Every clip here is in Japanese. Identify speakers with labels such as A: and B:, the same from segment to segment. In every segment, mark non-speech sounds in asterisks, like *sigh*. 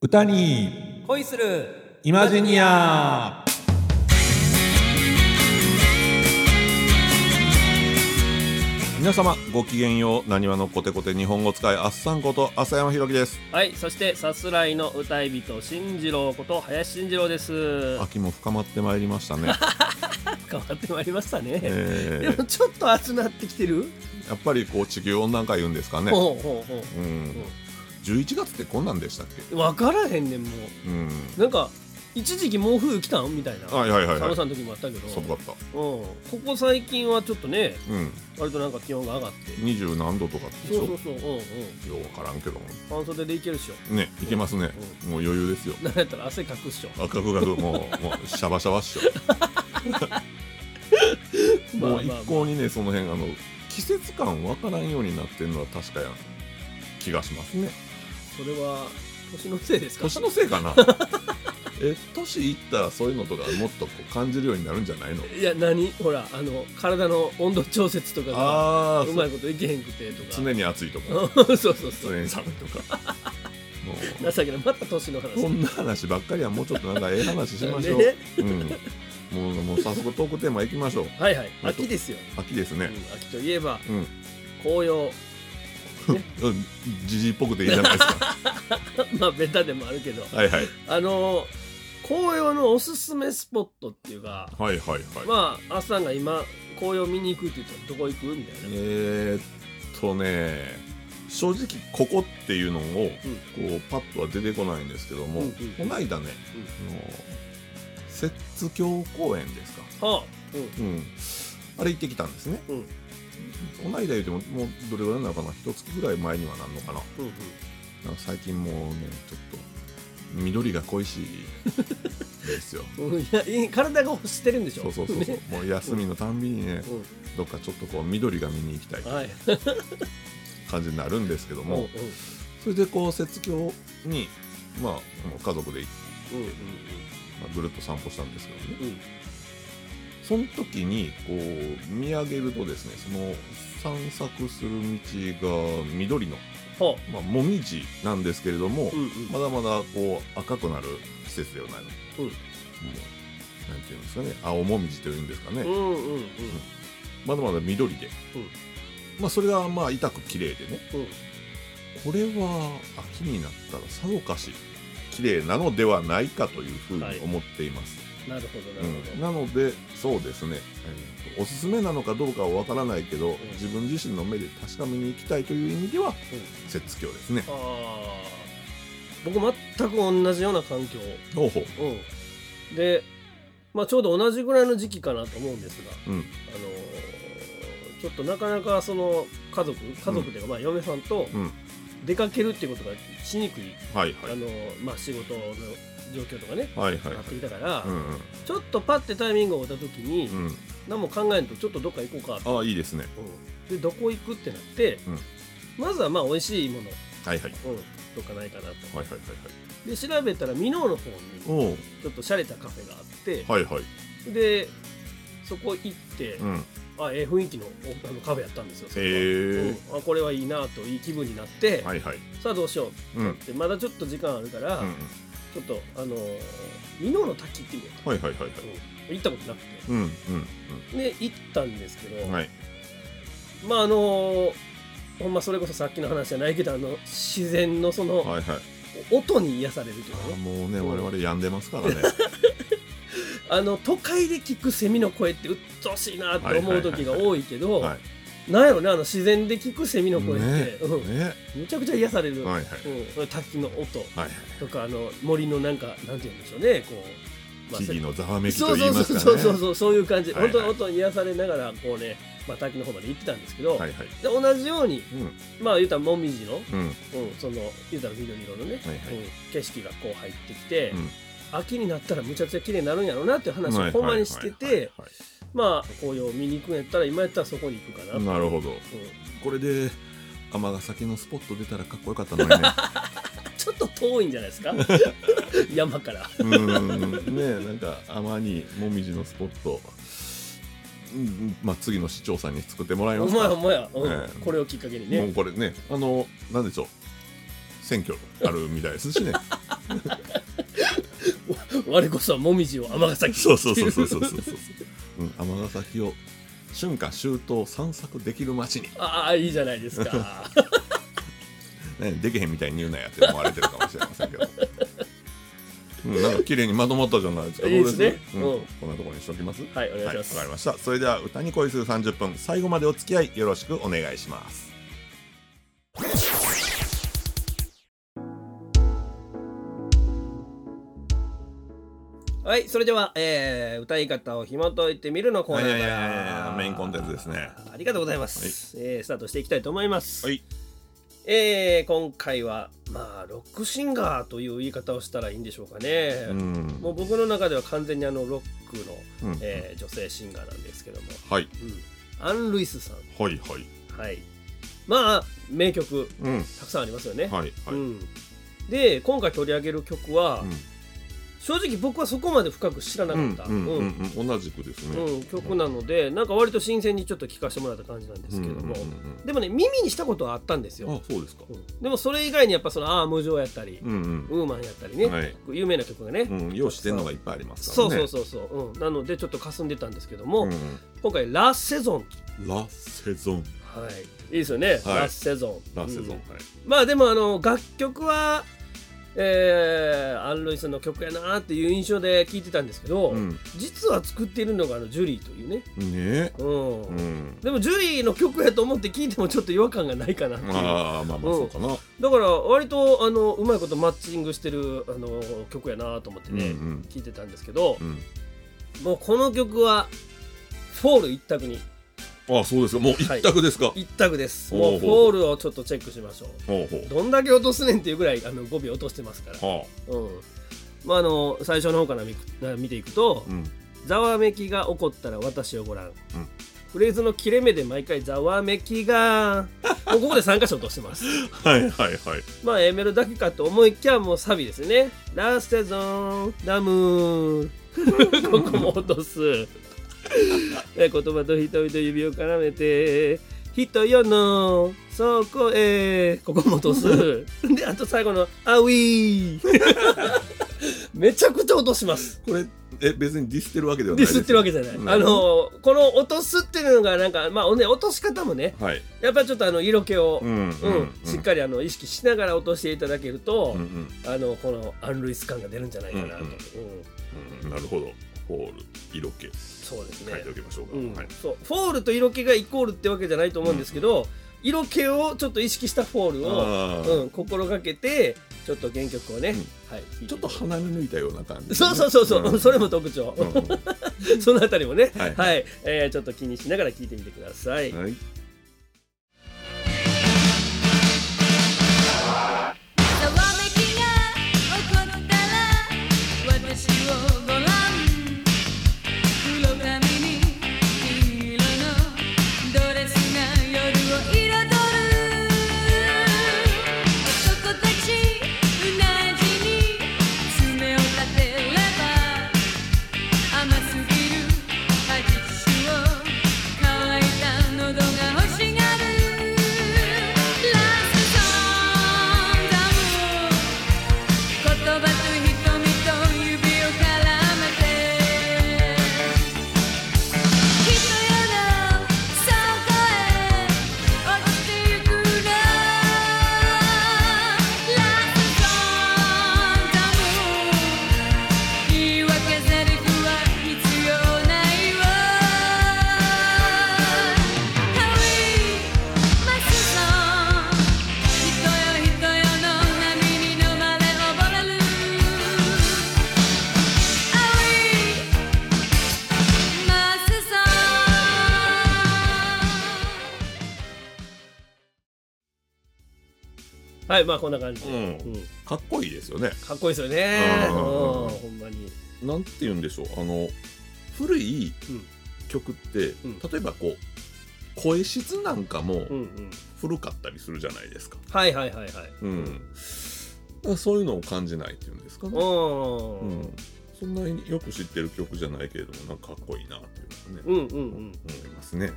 A: 歌に
B: 恋する
A: イマジニア皆様ごきげんようなにわのコテコテ日本語使いあっさんこと浅山ひろきです
B: はいそしてさすらいの歌い人進次郎こと林進次郎です
A: 秋も深まってまいりました
B: *laughs*
A: ね、
B: 変わってまいりましたね、
A: え
B: でもちょっと暑なってきてる、
A: ーやっぱりこう地球温暖化言うんですかね
B: ほうほうほ
A: うん11月ってこんなんでしたっけ
B: う分からへんねんも
A: うん
B: うなんか一時期猛吹雪来たんみたいな
A: はいはいはいは
B: 寒
A: い
B: さの時もあったけど、うん、
A: 寒か
B: こ
A: った
B: こ最近はちょっとね
A: うん
B: 割となんか気温が上がって
A: 二十何度とかって
B: そう
A: よ
B: そうそううんうん
A: うわからんけども
B: 半袖でいけるっしょ
A: ねいけますねもう余裕ですよ
B: なんやったら汗かくっしょ
A: 赤くがもう
B: *laughs*
A: もうシャバシャバっしょ
B: まあ
A: もう
B: まあ
A: 一
B: まあ
A: 向にねその辺あの季節感わからんようになってんのは確かや気がしますね
B: それは年のせいですか
A: 年のせいかな *laughs* え年いったらそういうのとかもっとこう感じるようになるんじゃないの
B: いや何ほらあの体の温度調節とかが
A: ああ
B: うまいこといけへんくてとか
A: 常に暑いと
B: *laughs*
A: か
B: そうそうそう
A: 常に寒いとか *laughs* もう
B: 情けないまた年の話
A: こんな話ばっかりはもうちょっとなんかええ話しましょう、
B: ね
A: うん、もうもう早速トークテーマいきましょう
B: はいはい
A: あと
B: 秋ですよ、
A: 秋です
B: う
A: ね
B: ん、秋といえば
A: うん
B: 紅葉 *laughs*
A: うんじじいっぽくていいじゃないですか
B: まあベタでもあるけど
A: はいはい
B: あの紅葉のおすすめスポットっていうか
A: はいはいはい、
B: まああっさんが今紅葉見に行くって言ったらどこ行くみたいな、
A: えー、っとね正直ここっていうのをこうパッとは出てこないんですけども、
B: うんうん
A: この間ね、あの摂津峡公園ですか、
B: はあ、うん、
A: うん、あれ行ってきたんですね、
B: うん
A: この間言うてももうどれぐらいなのかな一月ぐらい前にはなんのかな
B: うんうん
A: なんか最近もうねちょっと緑が
B: *laughs*
A: 恋しいですよ
B: うんいやいい体が欲してるんでしょ
A: そうそうそうそう、
B: ね
A: もう休みのたんびにね、
B: う
A: どっかちょっとこう緑が見に行きたい
B: ん、はい
A: 感じになるんですけども、
B: うんうん
A: それでこう雪橋に、まあ、もう家族で、
B: うんうん
A: まあぐるっと散歩したんですけどね
B: うん
A: その時にこう見上げるとですねその散策する道が緑の、
B: は
A: まあ、もみじなんですけれども、
B: あ、うんうん
A: まだまだこう赤くなる季節ではないの、
B: うん
A: もうなんていうんですかね青もみじというんですかね、
B: うんうんうん
A: まだまだ緑で、
B: うん
A: まあ、それがまあ痛く綺麗でね
B: うん
A: これは秋になったらさぞかし綺麗なのではないかというふうに思っています、
B: なるほどな
A: う
B: る
A: ん
B: ほど、
A: なのでそうですね、えーとおすすめなのかどうかはわからないけど、
B: ん
A: 自分自身の目で確かめに行きたいという意味では
B: ん
A: 雪橋ですね
B: あー僕全く同じような環境、
A: ほうほう
B: うん、で、まあ、ちょうど同じぐらいの時期かなと思うんですが、
A: うん
B: あのーちょっとなかなかその家族家族というか、まあ、嫁さんと
A: うん
B: 出かけるっていうことがしにくい、
A: はい
B: あ
A: はい
B: のーまあ、仕事の状況とかね、
A: はいはい
B: な
A: は
B: って
A: い
B: きたから、
A: うん
B: ちょっとパッてタイミングを追った時に、
A: うんうん
B: 何も考えんとちょっとどっか行こうか
A: ああいいですね
B: でどこ行くってなって、
A: うん
B: まずはまあ美味しいもの、
A: はいは
B: う
A: い
B: ん、とかないかなと、
A: はいはいはいはい
B: で調べたら箕面の方に
A: おお
B: ちょっと洒落たカフェがあって、
A: はいはい
B: でそこ行って、
A: うんへ
B: あええ雰囲気のおあのカフェやったんですよそこは
A: え
B: うんあこれはいいなといい気分になって、
A: はいはい
B: さあどうしよう
A: うんうん
B: ってまだちょっと時間あるから、
A: うん
B: ちょっとあのー箕面の滝っていうのか
A: はいはいはいはい
B: うん行ったことなく
A: うんうん
B: てで行ったんですけど、
A: うんはい
B: まああのほんまそれこそさっきの話じゃないけどあの自然のその、
A: はいはい
B: 音に癒されるというか
A: あー
B: ね
A: もうね
B: うん
A: 我々病んでま
B: *laughs*
A: すからね
B: あの都会で聞くセミの声って鬱陶しいなって思う時が多いけど、
A: はいはい
B: なんやろねあの自然で聞くセミの声って、
A: ね
B: うん
A: ね
B: めちゃくちゃ癒される、
A: はいはい
B: うん、それ滝の音
A: はい
B: とかあの森のなんかなんて言うんでしょうねこう、
A: 木々
B: の
A: のざわめき
B: そ
A: と
B: う
A: 言
B: そ
A: いうま
B: そう
A: すかね
B: そうそうそうそういう感じ、
A: はいはい
B: 本当に音に癒されながらこうね、まあ、滝の方まで行ってたんですけど、
A: はいはい
B: で同じように
A: うん
B: まあ言うたらもみじの、
A: うん
B: うん、その言うたら緑色のね、
A: はいはい
B: うん景色がこう入ってきて、
A: うん
B: 秋になったらむちゃくちゃ綺麗になるんやろうなっていう話
A: は
B: を
A: い
B: ほんまにして
A: はいはい
B: て
A: はい
B: まあ紅葉を見に行くんやったら今やったらそこに行くかな、
A: はい
B: うん
A: なるほどこれで尼崎のスポット出たらかっこよかった
B: *laughs*
A: のにね
B: ちょっと遠いんじゃないです
A: *laughs*
B: か山から
A: うーんねえなんか尼にもみじのスポットうんうんまあ次の市長さんに作ってもらい
B: お
A: ます
B: 前
A: か
B: お前や、うん
A: ええ
B: これをきっかけに
A: も
B: ね
A: うこれねあのなんでしょう選挙あるみたいですしねね
B: 我こそはもみじを尼崎ってい
A: そうそうそうそうそうそうそううん尼崎を春夏秋冬散策できる街に、
B: ああいいじゃないです
A: *laughs*
B: か
A: ね、できへんみたいに言うなやって思われてるかもしれませんけど、うん、なんか綺麗にまとまったじゃないですか
B: いいですね
A: どううん
B: うん
A: こんなところにしときます
B: はいお願いし
A: はい、わ
B: ます、
A: かりました。それでは歌に恋する30分、最後までお付き合いよろしくお願いします。
B: はい、それでは、えー歌い方を紐解いてみるのコーナー
A: いやいやいやいやメインコンテンツですね
B: ありがとうございます、えースタートしていきたいと思います、
A: はい
B: えー今回はまあロックシンガーという言い方をしたらいいんでしょうかね、
A: うん。
B: もう僕の中では完全にあのロックの、
A: うん
B: えー女性シンガーなんですけども、
A: はい、
B: うんアン・ルイスさん
A: はい、はい。
B: はいまあ名曲
A: うん。
B: たくさんありますよね、
A: はい、はい。
B: う
A: うん。
B: ん、で今回取り上げる曲は、正直僕はそこまで深く知らな
A: う
B: かっ
A: ん
B: た、
A: うんうんうん、同じくですね。
B: うん、曲なのでなんか割と新鮮にちょっと聴かせてもらった感じなんですけども、
A: うんうん
B: でもね耳にしたことはあったんです
A: うんうん
B: よ、
A: あ、そうですか。
B: うんでもそれ以外にやっぱその「ああ無情」やったり、
A: うん、うん。
B: ウーマン」やったりね、
A: はい。
B: 有名な曲がね、
A: うん、用意してんのがいっぱいありますか
B: そ
A: ら
B: う
A: ね。
B: そうそうそう、うん、なのでちょっとかすんでたんですけども、
A: ん
B: 今回「ラ・セゾン
A: うん。ラセゾン。」
B: はいいいですよね、
A: はい
B: ラ・セゾン
A: ラセゾン。
B: う
A: は
B: ん
A: い。
B: まあでもあの楽曲はえーアン・ロイスの曲やなっていう印象で聴いてたんですけど、
A: うん。ね
B: 実は作っているのがあのジュリーというね、
A: え。
B: うん
A: うん。
B: でもジュリーの曲やと思って聴いてもちょっと違和感がないかなっていうだか
A: ああ、まあまあ、そうかな。
B: ら割とあのうまいことマッチングしてるあの曲やなと思って
A: うん、う
B: ね、
A: ん。
B: 聴いてたんですけど
A: う、ん。
B: もうこの曲はフォール一択に
A: あ、そうですか。もう一択ですか。
B: 一択です
A: ほう
B: も
A: ほ
B: う
A: う
B: フォールをちょっとチェックしましょう
A: ほうほう。
B: どんだけ落とすねんっていうぐらいあの語尾落としてますから、
A: は
B: うんまあ、あの最初の方から見く見ていくと
A: あ。うん。
B: 「ざわめきが起こったら私をご覧」
A: うん
B: フレーズの切れ目で毎回「ざわめきが」もうここで3箇所落としてます
A: はい、はい、はい。
B: まあ A メロだけかと思いきやもうサビですね。ラステゾーンダム *laughs* ーンここも落とす。え言葉と瞳と指を絡めて人よのそこへここも落と *laughs* す。であと最後のアウ *laughs* ィーめちゃくちゃ落とします。
A: これえ別にディスってるわけではな
B: デ
A: い
B: ィスってるわけじゃない。
A: うん
B: あのこの落とすっていうのがなんかまあね落とし方もね
A: はい
B: やっぱりちょっとあの色気を。
A: うんうん
B: うん、しっかりあの意識しながら落としていただけると、
A: うんうん
B: あのこのアン・ルイス感が出るんじゃないかなと、
A: うんうん
B: うん
A: うんなるほどホール色気
B: そうですね
A: 書いておきましょうか、
B: うん
A: はい
B: そうフォールと色気がイコールってわけじゃないと思うんですけど、色気をちょっと意識したフォールを、
A: あー
B: うん、心がけてちょっと原曲をね、
A: うん
B: はい、弾いて
A: ちょっと鼻に抜いたような感じ、
B: そうそうそうそう、
A: ん
B: それも特徴、
A: うん
B: そのあたりもねは、
A: はいい
B: えーちょっと気にしながら聴いてみてください、
A: はい
C: ざわめきが起こったら私をご覧黒髪に黄色のドレスが夜を彩る男たちうなじに爪を立てれば甘すぎる味種を乾いた喉が欲しがるラストダム言葉と瞳と指を絡めて人よのそこへ落ちてゆくのラブソンダム言い訳せるくは必要ないわ Hurry マスソン人よ人よの波に飲まれ溺れる Aoi マスさん
B: はいまあこんな感じで、
A: うん
B: うん
A: かっこいいですよね
B: かっこいいですよね、う、
A: うんん
B: ほんまに
A: なんて言うんでしょうあの古い
B: うん
A: 曲って、
B: うん
A: 例えばこう声質なんかも
B: うんうん
A: 古かったりするじゃないですか、
B: はいはいはいはい
A: うんだからそういうのを感じないっていうんですかね、
B: うん、
A: うん、そんなによく知ってる曲じゃないけれどもなんかかっこいいなっていうのはね、
B: うんうんうん
A: 思いますね。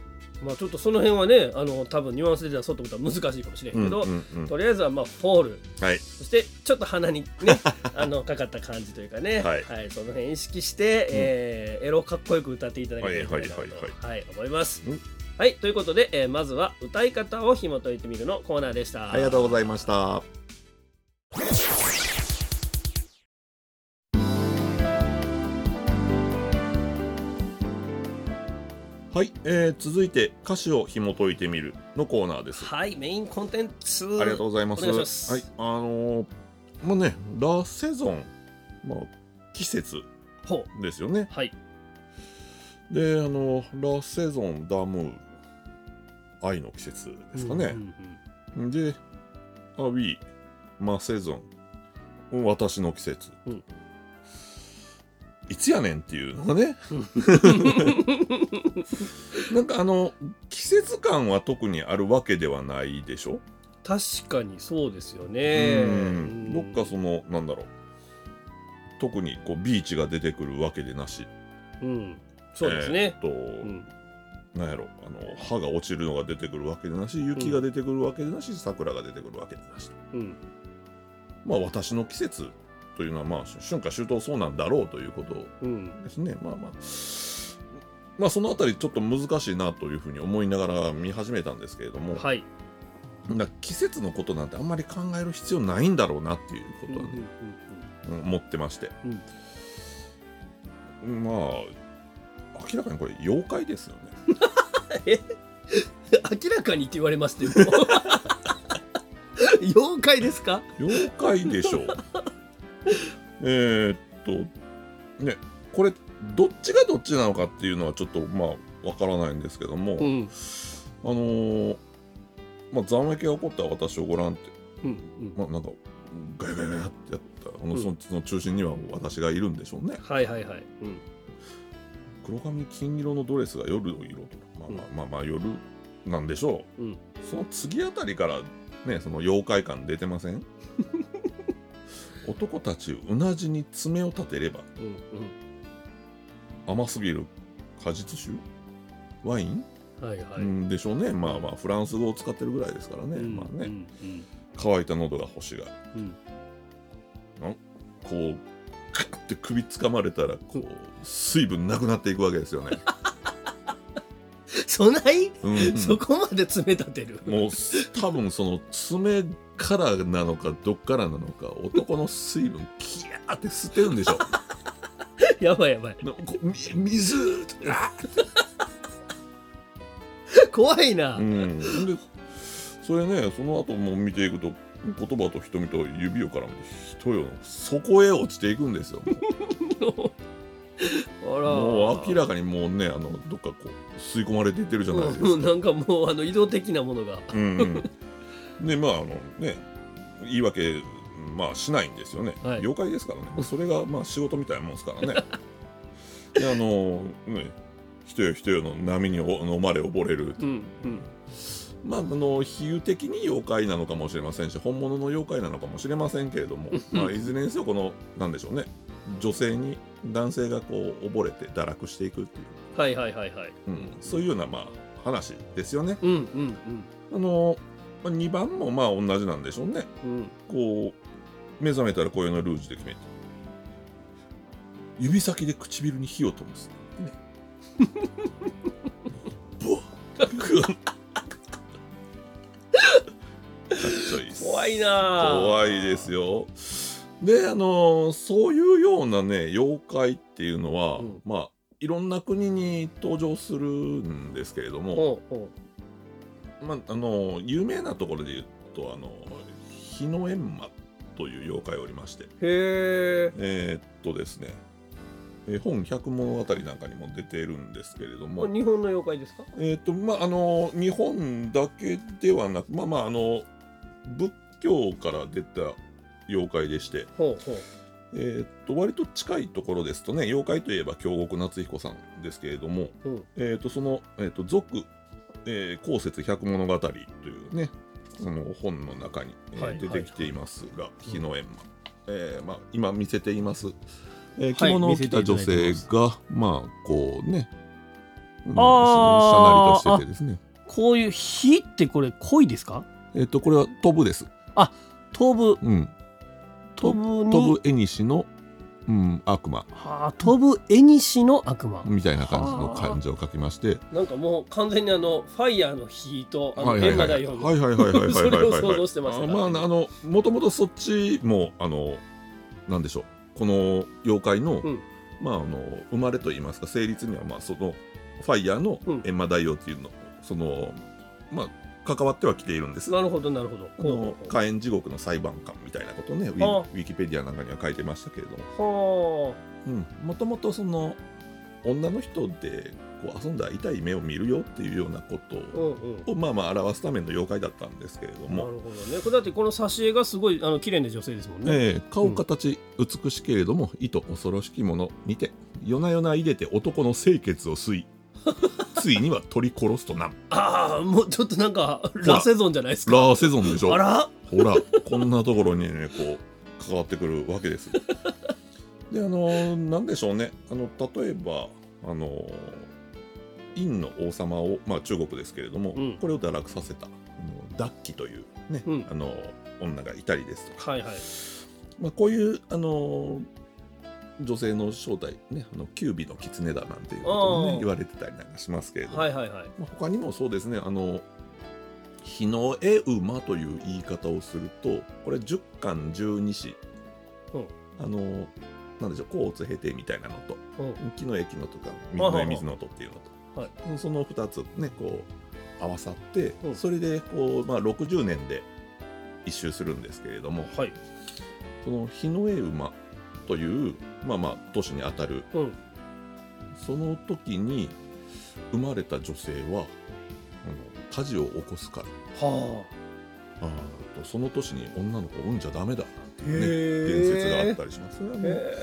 B: まあちょっとその辺はねあの多分ニュアンスで出そうってことは難しいかもしれへんけど、
A: うんうんうん
B: とりあえずはまあフォール
A: はい
B: そしてちょっと鼻に
A: *laughs*
B: ねあのかかった感じというかね、
A: はい
B: その辺意識して、えーエロをかっこよく歌っていただければいいなと、
A: はいはい
B: はい思います
A: うん。
B: はいということで、えーまずは歌い方を紐解いてみるのコーナーでした。
A: ありがとうございました。はい、えー、続いて歌詞を紐解いてみるのコーナーです。あ
B: はいメインコンテンツ
A: りがとうございま
B: お
A: す。
B: 願いします
A: はい、あのー、まあね、ラセゾン、まあ季節
B: ほう
A: ですよね。
B: はい
A: で、あのラセゾンダムー愛の季節ですかね。
B: うんうんうん
A: で、アウィー、マセゾン、私の季節。
B: うん
A: いつやねんっていうのが
B: *laughs*
A: ね。なんかあの、季節感は特にあるわけではないでしょ、
B: 確かにそうですよね。
A: うんどっかその、なんだろう。特にこうビーチが出てくるわけでなし。
B: うんそうですね
A: えー。っと、
B: うん
A: なんやろあの、歯が落ちるのが出てくるわけでなし、雪が出てくるわけでなし、桜が出てくるわけでなし。
B: うん
A: まあ、私の季節というのは、まあ、春夏秋冬そうなんだろうということ
B: うん
A: ですね。まあまあ、まあ、そのあたりちょっと難しいなというふうに思いながら見始めたんですけれども、
B: はい。
A: な季節のことなんてあんまり考える必要ないんだろうなっていう
B: うん
A: ことは
B: うん
A: ね、
B: うん
A: うん思ってまして、まあ、明らかにこれ、妖怪ですよね。
B: 明らかにって言われますって *laughs* もう妖怪ですか
A: 妖怪でしょう。 *laughs* えーっと、ね、これ、どっちがどっちなのかっていうのはちょっと、まあ、わからないんですけども、
B: ん
A: あのーまあ、残撃が起こった私をご覧って、
B: うん
A: まあ、なんか、ガヤガヤガヤってやった、あの
B: うん
A: そのその中心には私がいるんでしょうね。
B: はいはいはい、うん、
A: 黒髪金色のドレスが夜の色と、まあまあまあまあ、夜なんでしょう。
B: うん
A: その次あたりから、ね、その妖怪感出て
B: *laughs*
A: ません男たちうなじに爪を立てれば
B: うん
A: 甘すぎる果実酒ワイン、
B: うんはいは
A: う
B: い
A: んでしょうねまあまあフランス語を使ってるぐらいですからね、
B: うん
A: まあ
B: う
A: ね
B: んうん
A: 乾いた喉が欲しがる
B: うん
A: こうクッて首つかまれたらこう水分なくなっていくわけですよね、
B: そない、
A: うん
B: *laughs* そこまで詰め立てる
A: もうす多分その爪からなのかどっからなのか男の水分キヤーって吸ってるんでし *laughs* ょ
B: やばいやばい
A: なこみ水とか
B: 怖いな、
A: うんでそれねその後も見ていくと言葉と瞳と指を絡めて人よの底へ落ちていくんですよ
B: あら
A: もう明
B: から
A: かにもうねあのどっかこう吸い込まれていってるじゃないですか、
B: うん、なんかもうあの移動的なものが
A: うんうん、 *laughs* でまああのね言い訳まあしないんですよね、
B: はい
A: 妖怪ですからねそれがまあ仕事みたいなもんですからね *laughs* であのね人よ人よの波にお飲まれ溺れる
B: うんうん
A: まああの比喩的に妖怪なのかもしれませんし本物の妖怪なのかもしれませんけれども
B: *laughs*
A: まあいずれにせよこのなんでしょうね女性に男性がこう溺れて堕落していくっていう、
B: はいはいはいはい
A: うん、そういうようなまあ話ですよね
B: うんうん
A: あの、まあ、2番もまあ同じなんでしょうね
B: うんうん
A: こう目覚めたら紅葉のルージュで決めて指先で唇に火を灯すねブワッグワッかっちょいいっ
B: *laughs*
A: す
B: 怖いな
A: 怖いですよであのそういうようなね妖怪っていうのは、
B: うん
A: まあいろんな国に登場するんですけれども、
B: ほうほ
A: まあ、あの有名なところで言うとあの日の閻魔という妖怪おりまして
B: うへえ
A: えーっとですねえー本「百物語」なんかにも出てるんですけれども
B: 日本の妖怪ですか
A: えーっとまああの日本だけではなくまあまああの仏教から出た妖怪でして、
B: ほうほう
A: えーっと割と近いところですとね妖怪といえば京極夏彦さんですけれども、
B: うん
A: えー、とその、えー、と俗、えー、公説百物語というねその本の中に、えー
B: はい
A: 出てきていますが「火の閻魔」えーまあ、今見せていますえー着物を着た女性
D: 見せてい
A: が、まあこうね、うん、し
D: あー
A: しゃなりとしててですね
D: こういう火ってこれ恋ですか
A: えっとこれは飛ぶです、
D: 飛ぶ
A: うん、
D: 飛ぶに
A: 飛ぶ絵西の、うん、悪魔
D: はあ飛ぶ絵西の悪魔、
A: みたいな感じの漢字を書きまして
B: なんかもう完全にあのファイヤーの火とあの
A: はいはい
B: 天
A: は
B: 馬
A: いはい
B: 大王の
A: はいはいはいはいはいはい
B: それを
A: はい
B: 想像してました
A: あ
B: から
A: まああのもともとそっちもあのなんでしょうこの妖怪の、
B: うん
A: まああの生まれといいますか成立にはまあそのファイヤーの
B: うん
A: 閻魔大王っていうの、そのまあ関わってはきているんです
B: なるほどなるほど。
A: あの
B: ほう
A: 火炎地獄の裁判官みたいなことをねウ
B: ああ
A: ィウィキペディアなんかには書いてましたけれども
B: ほ
A: もともとその女の人でこう遊んだら痛い目を見るよっていうような
B: う
A: こ
B: う
A: と
B: んうん。な
A: を、まあまあ表すための妖怪だったんですけれども、
B: るほどね。これだってこの挿絵がすごいあの綺麗な女性ですもんね。
A: ええ顔形美しけれども、意図恐ろしきものにて夜な夜な入れて男の清潔を
B: *laughs*
A: 吸いついには取り殺すとなん
B: ああもうちょっとなんかラセゾンじゃないですか。
A: ラーセゾンでしょ
B: あら。
A: ほらこんなところにねこう関わってくるわ
B: *laughs*
A: けですよであのなんでしょうねあの例えばあの陰の王様を、まあ、中国ですけれども、
B: うん
A: これを堕落させたあのダッキというね、
B: うん
A: あの女がいたりですとか
B: はいはい。
A: まあ、こういう、あのー女性の正体、ね、あのキュービの狐だなんていうことも
B: あ
A: ね
B: ー
A: 言われてたりなんかしますけれども、
B: はいはいはい。
A: まあ、他にもそうですね「あの日の絵馬」という言い方をするとこれ十巻十二子、
B: うん
A: あのーなんでしょう「交通経て」みたいなのと
B: うん
A: 「木の絵木の」とか「水の絵水のと」っていうのと、
B: はい
A: その2つねこう合わさって、
B: うん
A: それでこう、まあ、60年で一周するんですけれども。
B: はい。
A: その日の絵馬というまあまあ都市にあたる
B: うん。
A: その時に生まれた女性はあの火事を起こすから
B: は
A: あーとその年に女の子を産んじゃダメだ
B: あ。
A: ね伝説があったりします、それはね
B: へ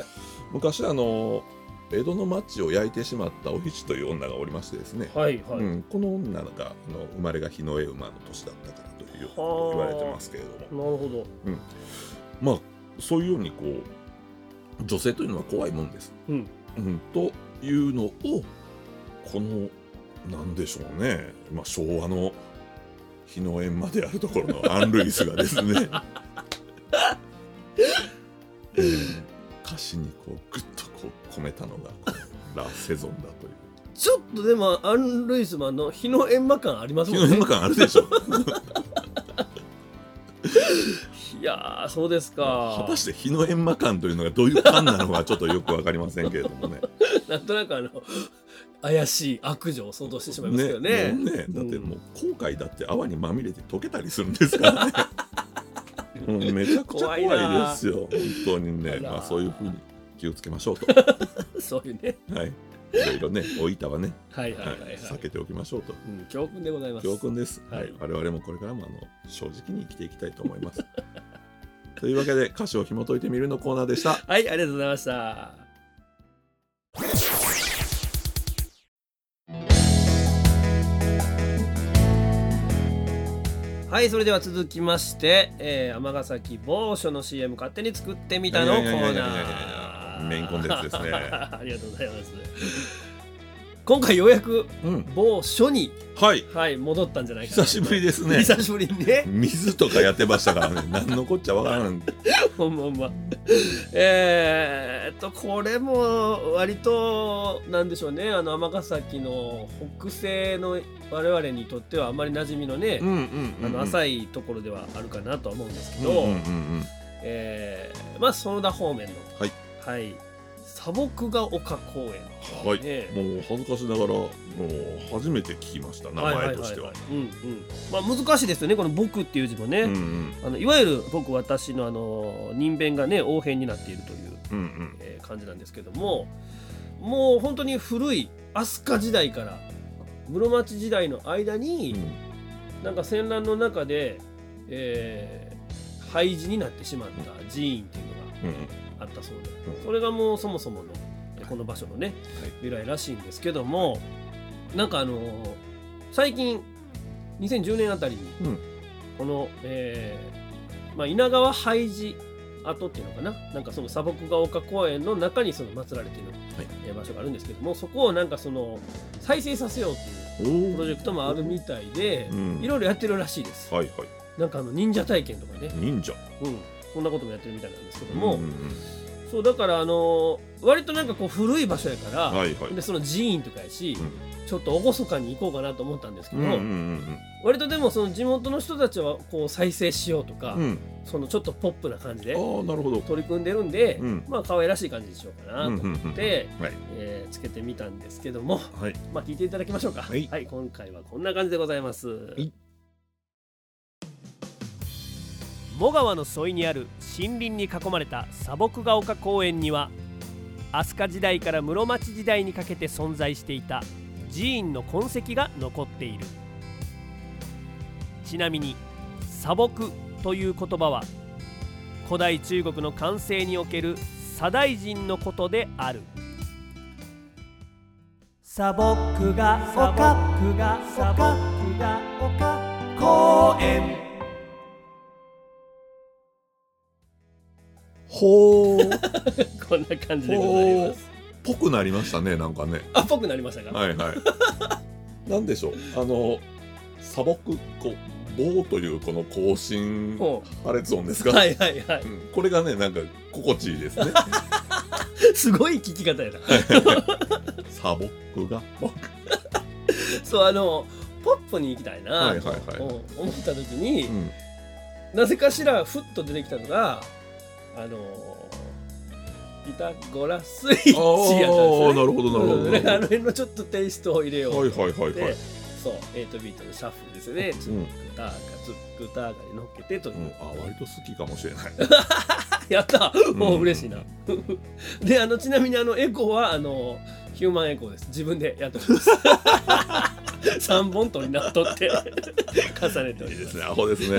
A: 昔あの江戸の町を焼いてしまったおひちという女がおりましてですね、
B: え。はいはい。
A: うん、この女があの生まれが日の絵馬の年だったからというようなこと言われてますけれども
B: なるほど。
A: まあそういうようにこう女性というのは怖いもんです。
B: うん
A: うんというのをこのなんでしょうね、まあ、昭和の日の縁まであるところのアン・ルイスがですね、 *laughs* えー歌詞にこうグッとこう込めたのがこのラ・セゾンだという。
B: ちょっとでもアン・ルイスマンの日の閻魔感あります
A: 日
B: も
A: の
B: ん
A: 縁
B: ね。
A: 感あるでしょ
B: いやーそうですか。
A: 果たして日の閻魔感というのがどういう感なのかちょっとよくわかりませんけれどもね。
B: なんとなくあの怪しい悪女を想像してしまいますけどね。
A: もうねだってもう後悔だって泡にまみれて溶けたりするんですからね。もうめちゃくちゃ怖いですよ本当に
B: あ
A: ね。
B: ら
A: まあそういうふうに気をつけましょうと。
B: そういうね。
A: はい。いろいろねおいたはね、
B: はいはい
A: は
B: はいい、はい。
A: 避けておきましょうと。
B: うん、教訓でございます。
A: 教訓です。
B: は
A: はいい。我々もこれからもあの正直に生きていきたいと思います。 *laughs* というわけで歌詞を紐解いてみるのコーナーでした。
B: はい、ありがとうございました。はい、それでは続きまして、えー、尼崎某所の CM 勝手に作ってみたのコー
A: いやいやいやいやい
B: ナ
A: や
B: ー。
A: メインコンテンツです
B: *laughs*
A: ね
B: ありがとうございます。今回ようやく
A: うん。
B: 某所に、
A: はい。
B: はい、戻ったんじゃないかな
A: 久しぶりですね。
B: 久しぶりにね。
A: 水とかやってましたから
B: *laughs*
A: ね。何のこっちゃわからん。
B: ほんまほんま。えーっと、これも割と、なんでしょうね、あの、尼崎の北西の我々にとってはあまり馴染みのね、
A: うんうんうんうん。
B: あの浅いところではあるかなとは思うんですけ
A: うん
B: ど、
A: うんうん
B: えーまあ、園田方面の、
A: はい
B: はい。砂漠が丘公園。
A: うんはい、
B: ね
A: もう恥ずかしながらもう初めて聞きました名前としては。
B: いいいいうんうん。まあ、難しいですよね、この僕っていう字もね。
A: うんうん
B: あのいわゆる僕私のあの人弁がね応変になっているという
A: うんうん
B: えー感じなんですけどももう本当に古い飛鳥時代から室町時代の間
A: う
B: に、
A: ん
B: なんか戦乱の中で、えー廃寺になってしまった寺院っていう
A: うん
B: のがあったそうで、
A: うん
B: それがもうそもそものえこの場所のね、由来らしいんですけどもなんかあのー最近2010年あたりに、
A: うん
B: この、えーまあ、稲川廃寺跡っていうのかななんかその砂漠が丘公園の中にその祀られてる、
A: はい
B: えー場所があるんですけどもそこをなんかその再生させようって
A: お
B: いうプロジェクトもあるみたいで、
A: うん
B: いろいろやってるらしいです、
A: はいはい
B: なんかあの忍者体験とかね、
A: 忍者
B: うん、そんなこともやってるみたいなんですけども、
A: んん
B: そうだからあのー割となんかこう古い場所やから、
A: うんはいはい
B: でその寺院とかやし、
A: うん
B: ちょっと厳かに行こうかなと思ったんですけど、
A: うんうんうん
B: 割とでもその地元の人たちはこう再生しようとか、
A: うんうん
B: そのちょっとポップな感じで
A: ああなるほど
B: 取り組んでるんで、
A: うん
B: まあ可愛らしい感じにしようかなと思って、
A: うんうんうんはい
B: えーつけてみたんですけども
A: はい
B: まあ聞いていただきましょうか
A: はい
B: 今回はこんな感じでございます
A: い
D: 茂川の沿いにある森林に囲まれた砂漠が丘公園には飛鳥時代から室町時代にかけて存在していた寺院の痕跡が残っているちなみに砂漠という言葉は古代中国の完成における左大人のことである砂漠が丘が砂漠が丘公園
B: *laughs*
A: ほう
B: こんな感じでございます
A: ぽくなりましたねなんかね
B: あっぽくなりましたか、
A: はいはい。 *laughs* なんでしょう、あの、砂漠、こう、棒というこの更新
B: ほ
A: 破裂音です
B: う
A: か、
B: はいはいはい
A: うんこれがね、なんか心地い
B: *laughs*
A: いですね。
B: すごい聞き方やな
A: 砂漠が。
B: そうあのポップに行きたいな、
A: はいはいはい
B: とうん思った時に、 *laughs*
A: うん
B: なぜかしらふっと出てきたのがあのピタゴラスイッチ
A: あ
B: や
A: あ、
B: っ
A: なるほど、なるほ
B: た
A: ど
B: んですねうんだ
A: な
B: からあ
A: る
B: の辺のちょっとテイストを入れよう
A: ほ
B: と思
A: ど。は
B: っ
A: いはいはい
B: て
A: はい。
B: そう8ビートのシャッフルですねツ
A: う
B: ッ
A: ん
B: クターカツックターカに乗っけてという、
A: うん、あ割と好きかもしれない。
B: やった
A: ん
B: もう嬉しいな、 *laughs* であのちなみにあのエコーはあのヒューマンエコーです自分でやっております *laughs* 3本取りなっとって *laughs* 重ねてお
A: いい
B: り
A: で
B: ます
A: すね、アホですね。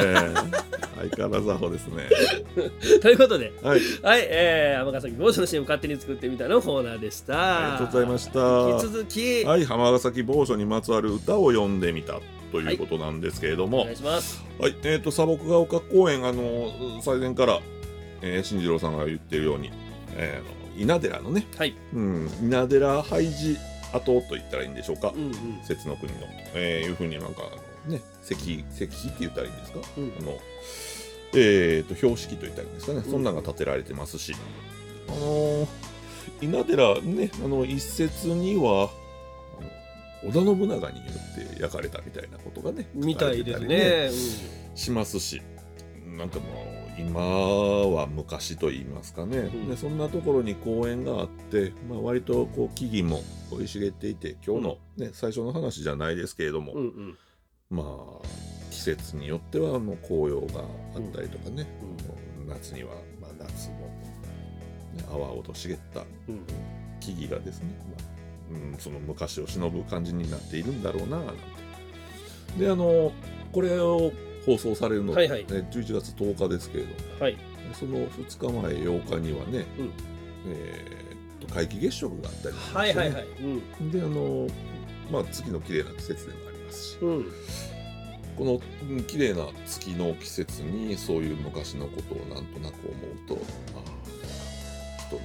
B: *laughs*
A: 相変わらずアホですね。
B: ということで
A: はい、
B: はい、えー、尼崎某所の CM 勝手に作ってみたのコーナーでした。
A: ありがとうございました。
B: 引き続き、
A: はい、浜崎某所にまつわる歌を読んでみたということなんですけれども、
B: お願いします。
A: はい、えー、と砂漠が丘公園、あのー最前から、えー、新次郎さんが言ってるように、えーあの稲寺のね、
B: はい、
A: うん、稲寺廃寺跡と言ったらいいんでしょうか、
B: うんうん、
A: 節の国の、えーいうふうになんかあの、ね、石碑石碑って言ったらいいんですか、
B: うん
A: あのえー、と標識と言ったらいいんですかね、
B: ん
A: そんなんが建てられてますし、あのー稲寺ね、あの一説には、あの織田信長によって焼かれたみたいなことがね、
B: みたいですね。
A: しますしなんかもう今は昔と言いますかね、
B: ん
A: でそんなところに公園があって、まあ、割とこう木々も生い茂っていて今日の、ね最初の話じゃないですけれども、
B: うん、うん、うん。
A: まあ季節によってはもう紅葉があったりとかね、夏には、まあ、夏の、ね、泡々と茂った
B: うん
A: 木々がですね、まあうん、その昔を忍ぶ感じになっているんだろうななんてであのこれを放送されるの
B: はいはい
A: え11月10日ですけれど
B: はい。
A: その2日前8日にはね、
B: うん
A: えーっと皆既月食があったりとか
B: はい、
A: してね
B: はい、はい。うん、
A: であのまあ月の綺麗な季節でもありますし
B: うん、
A: このうん綺麗な月の季節にそういう昔のことをなんとなく思うとああ人の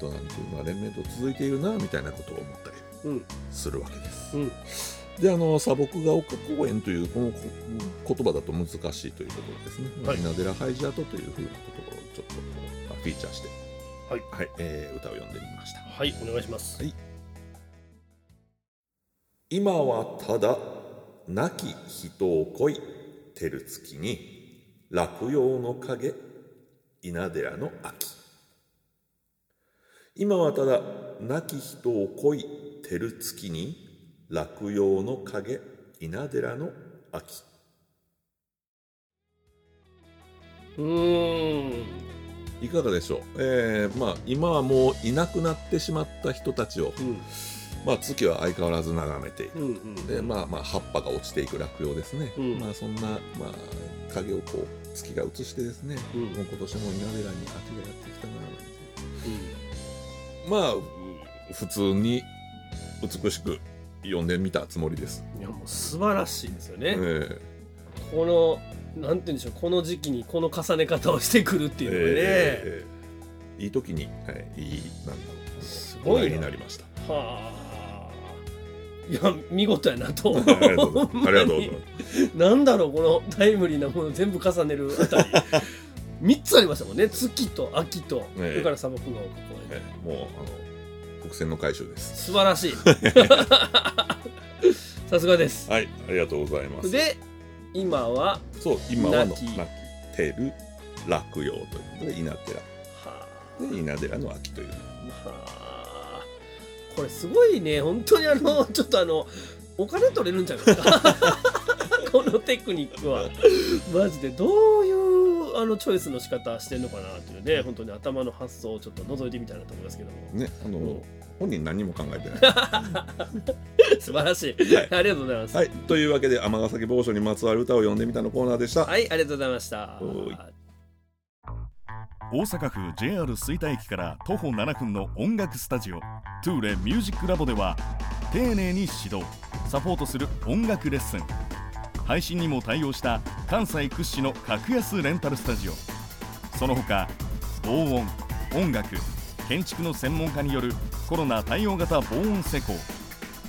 A: こう営みというのは連綿と続いているなみたいなことを思ったり
B: うん
A: するわけです。
B: うん
A: であの砂漠が丘公園というこのこ言葉だと難しいということですね。
B: はい
A: 稲寺ハイジアトというふうなところをちょっとこうフィーチャーして、
B: はい
A: えー歌を読んでみました。
B: はい、お願いします。
A: 今はただ亡き人を恋照る月に落葉の影稲寺の秋今はただ亡き人を恋照る月に落葉の影稲寺の秋
B: うーん、
A: いかがでしょう、えーまあ今はもういなくなってしまった人たちを、
B: うん、
A: まあ、月は相変わらず眺めている
B: うん、うん。
A: でまあまあ葉っぱが落ちていく落葉ですね、
B: うん
A: まあそんな、まあ、影をこう月が映してですね、
B: うん
A: もう今年も稲寺に秋がやってきたななんてまあ普通に美しく読んでみたつもりです。
B: うんいやもう素晴らしいですよね、
A: ええ
B: このなんて言うんでしょうこの時期にこの重ね方をしてくるっていうのがね、
A: えーいい時に、はい、いいなんだろう
B: す
A: 話
B: ごい
A: 題
B: な
A: になりました。 *laughs*
B: はあいや見事やなと *laughs*
A: ありがとうございます。ありがとうございます。
B: なんだろうこのタイムリーなもの全部重ねるあたり *laughs* 3つありましたもんね月と秋と、
A: ええ
B: それから砂漠のここへ
A: えーもうあの伏線の回収です。
B: 素晴ら
A: *laughs*
B: しいさすがです
A: はい、ありがとうございます。
B: で今は
A: そう、今はの
B: なき
A: なきてる落葉ということで稲寺
B: は
A: で稲寺の秋という。
B: あはあこれすごいね本当にあの *laughs* ちょっとあのお金取れるんじゃないですか *laughs* このテクニックはマジでどういうあのチョイスの仕方してんのかなっていうね本当に頭の発想をちょっと覗いてみたいなと思いますけども *laughs*
A: ね、あの、
B: うん
A: 本人何も考えてない。
B: 素晴らしい、
A: はい
B: ありがとうございます
A: はい、というわけで尼崎某所にまつわる歌を読んでみたのコーナーでした。
B: はい、ありがとうございました
A: おい
E: 大阪府 JR 吹田駅から徒歩7分の音楽スタジオトゥーレミュージックラボでは丁寧に指導サポートする音楽レッスン配信にも対応した関西屈指の格安レンタルスタジオその他防音音楽建築の専門家によるコロナ対応型防音施工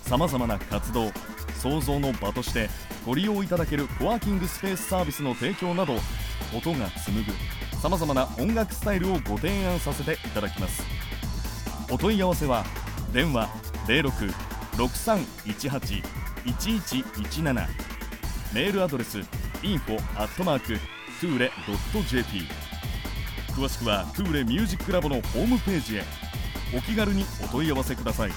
E: さまざまな活動創造の場としてご利用いただけるコワーキングスペースサービスの提供など音が紡ぐさまざまな音楽スタイルをご提案させていただきますお問い合わせは電話0663181117メールアドレス info t u r e j p 詳しくはトゥーレミュージックラボのホームページへお気軽にお問い合わせください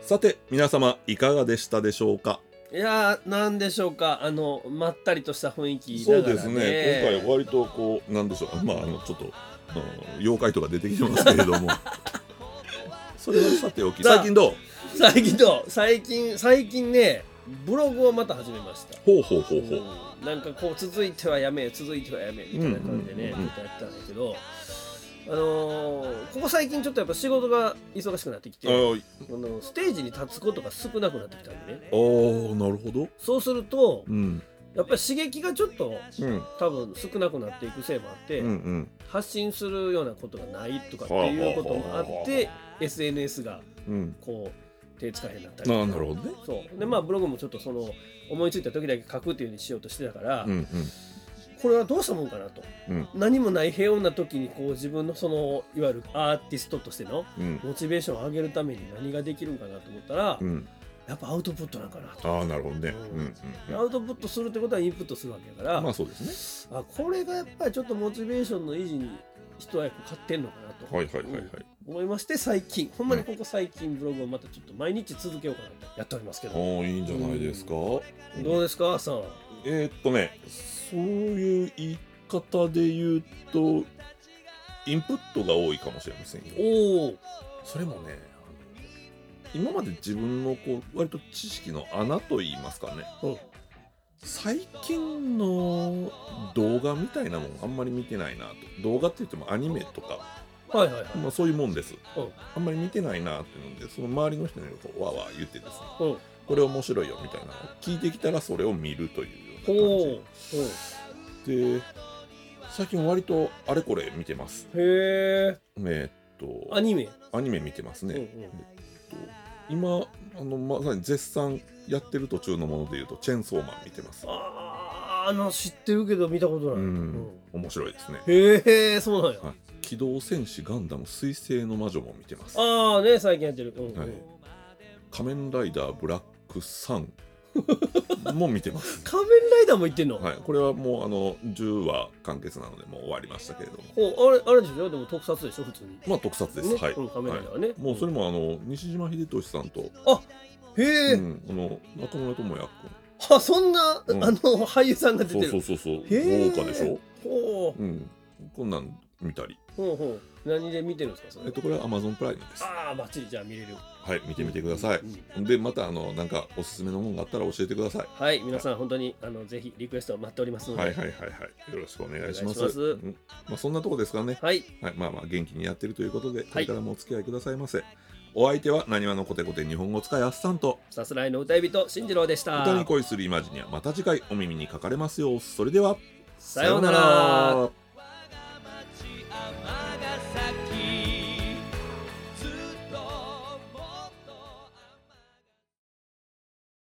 A: さて、皆様いかがでしたでしょうか。
B: いやーなんでしょうかあのまったりとした雰囲気
A: そ
B: な
A: う
B: が
A: で
B: ら
A: す
B: ね
A: ね。今回割とこうなんでしょう。まああのちょっとあの妖怪とか出てきてますけれ
B: *laughs*
A: ども。それはさておき。
B: さあ
A: 最近どう？
B: 最近どう最近最近ねブログをまた始めました
A: ほうほうほうほう。
B: うんなんかこう続いてはやめ続いてはやめみたいな感じでね、
A: うんうんうんうん
B: ずっとやってたんだけどあのーここ最近ちょっとやっぱ仕事が忙しくなってきてあ
A: あ
B: のステージに立つことが少なくなってきたんでね
A: あー、なるほど。
B: そうすると
A: うん。
B: やっぱり刺激がちょっと
A: うん。
B: 多分少なくなっていくせいもあって、
A: うんうん。
B: 発信するようなことがないとかっていうこともあっ
A: は
B: て SNS が
A: うん。
B: こう手使えへんなった
A: あ
B: り
A: あ、なるほどね。
B: そうでまあブログもちょっとその思いついた時だけ書くっていうようにしようとしてたから、
A: うんうん。
B: これはどうしたもんかなと、
A: うん
B: 何もない平穏な時にこう自分のそのいわゆるアーティストとしての
A: うん。
B: モチベーションを上げるために何ができるんかなと思ったら、
A: うん。
B: やっぱアウトプットなんかなと。
A: ああ、なるほどね。
B: うん
A: うんうん
B: アウトプットするってことはインプットするわけだか
A: う
B: ら、
A: ん。まあそうです
B: あ、これがやっぱりちょっとモチベーションの維持に一役買ってんのかなと
A: ね。はいはいはいはい。
B: 思いまして最近ほんまにここ最近ブログをまたちょっと毎日続けようかなとやっておりますけ
A: ああ
B: ど、
A: いいんじゃないですか。
B: どうですかさん
A: えーっとね、そういう言い方で言うと、インプットが多いかもしれませんよ。
B: おお
A: それもねあの今まで自分のこう割と知識の穴と言いますかね、
B: うん
A: 最近の動画みたいなもんあんまり見てないなと動画って言ってもアニメとか、
B: はいはいはい
A: まあ、そういうもんです、
B: うん
A: あんまり見てないなっていうのでその周りの人にこうわーわー言ってですね
B: うんほ
A: これ面白いよみたいなのを聞いてきたらそれを見るという
B: う
A: ような感
B: ほう
A: じで最近割とあれこれ見てます
B: へえ
A: えーっ
B: ア
A: と
B: ニメ、
A: アニメ見てますね、
B: うんうん
A: 今あのまさに絶賛やってる途中のものでいうと「チェンソーマン」見てます
B: あーあの知ってるけど見たことない、
A: うん
B: うん
A: 面白いですね
B: へえそうなんや、
A: はい「機動戦士ガンダム水星の魔女」も見てます
B: ああね最近やってる、うんうん
A: はい「仮面ライダーブラックサン」 *laughs* も見てます、
B: 仮面ライダーも言ってんの、
A: はい、これはもうあの10話完結なのでもう終わりましたけれども
B: ほうあれあれでしょでも特撮でしょ普通に
A: まあ特撮です、
B: ね
A: はい、
B: うん仮面ライダーは
A: は
B: ね
A: い、もうそれもあの西島秀俊さんと、
B: へえ、
A: うん、あの中村智也
B: あそんな、
A: うん
B: あの俳優さんが出て
A: 君
B: る
A: そうそうそうそう
B: へー
A: 豪華でしょ、
B: ほう
A: うん、こんなん見たり
B: ほうほう何で見てるんですかそれ
A: えっと、これは Amazon プライムです。
B: ああバッチリじゃあ見れる
A: はい、見てみてください。で、また、あの、なんか、おすすめのものがあったら教えてください。
B: はい皆さん本当にあのぜひリクエストを待っておりますので
A: はいはいはいはい。よろしくお願いします。
B: お願いします
A: うんまあ、そんなとこですからね。
B: はい
A: はい、まあまあ元気にやってるということで、これからもお付き合いくださいませ。お相手は、なにわのコテコテ日本語使いあっさんと、
B: さすらいの歌い人進次郎でした
A: 歌に恋するイマジニア、また次回お耳にかかれますよう。それでは、
B: さようなら。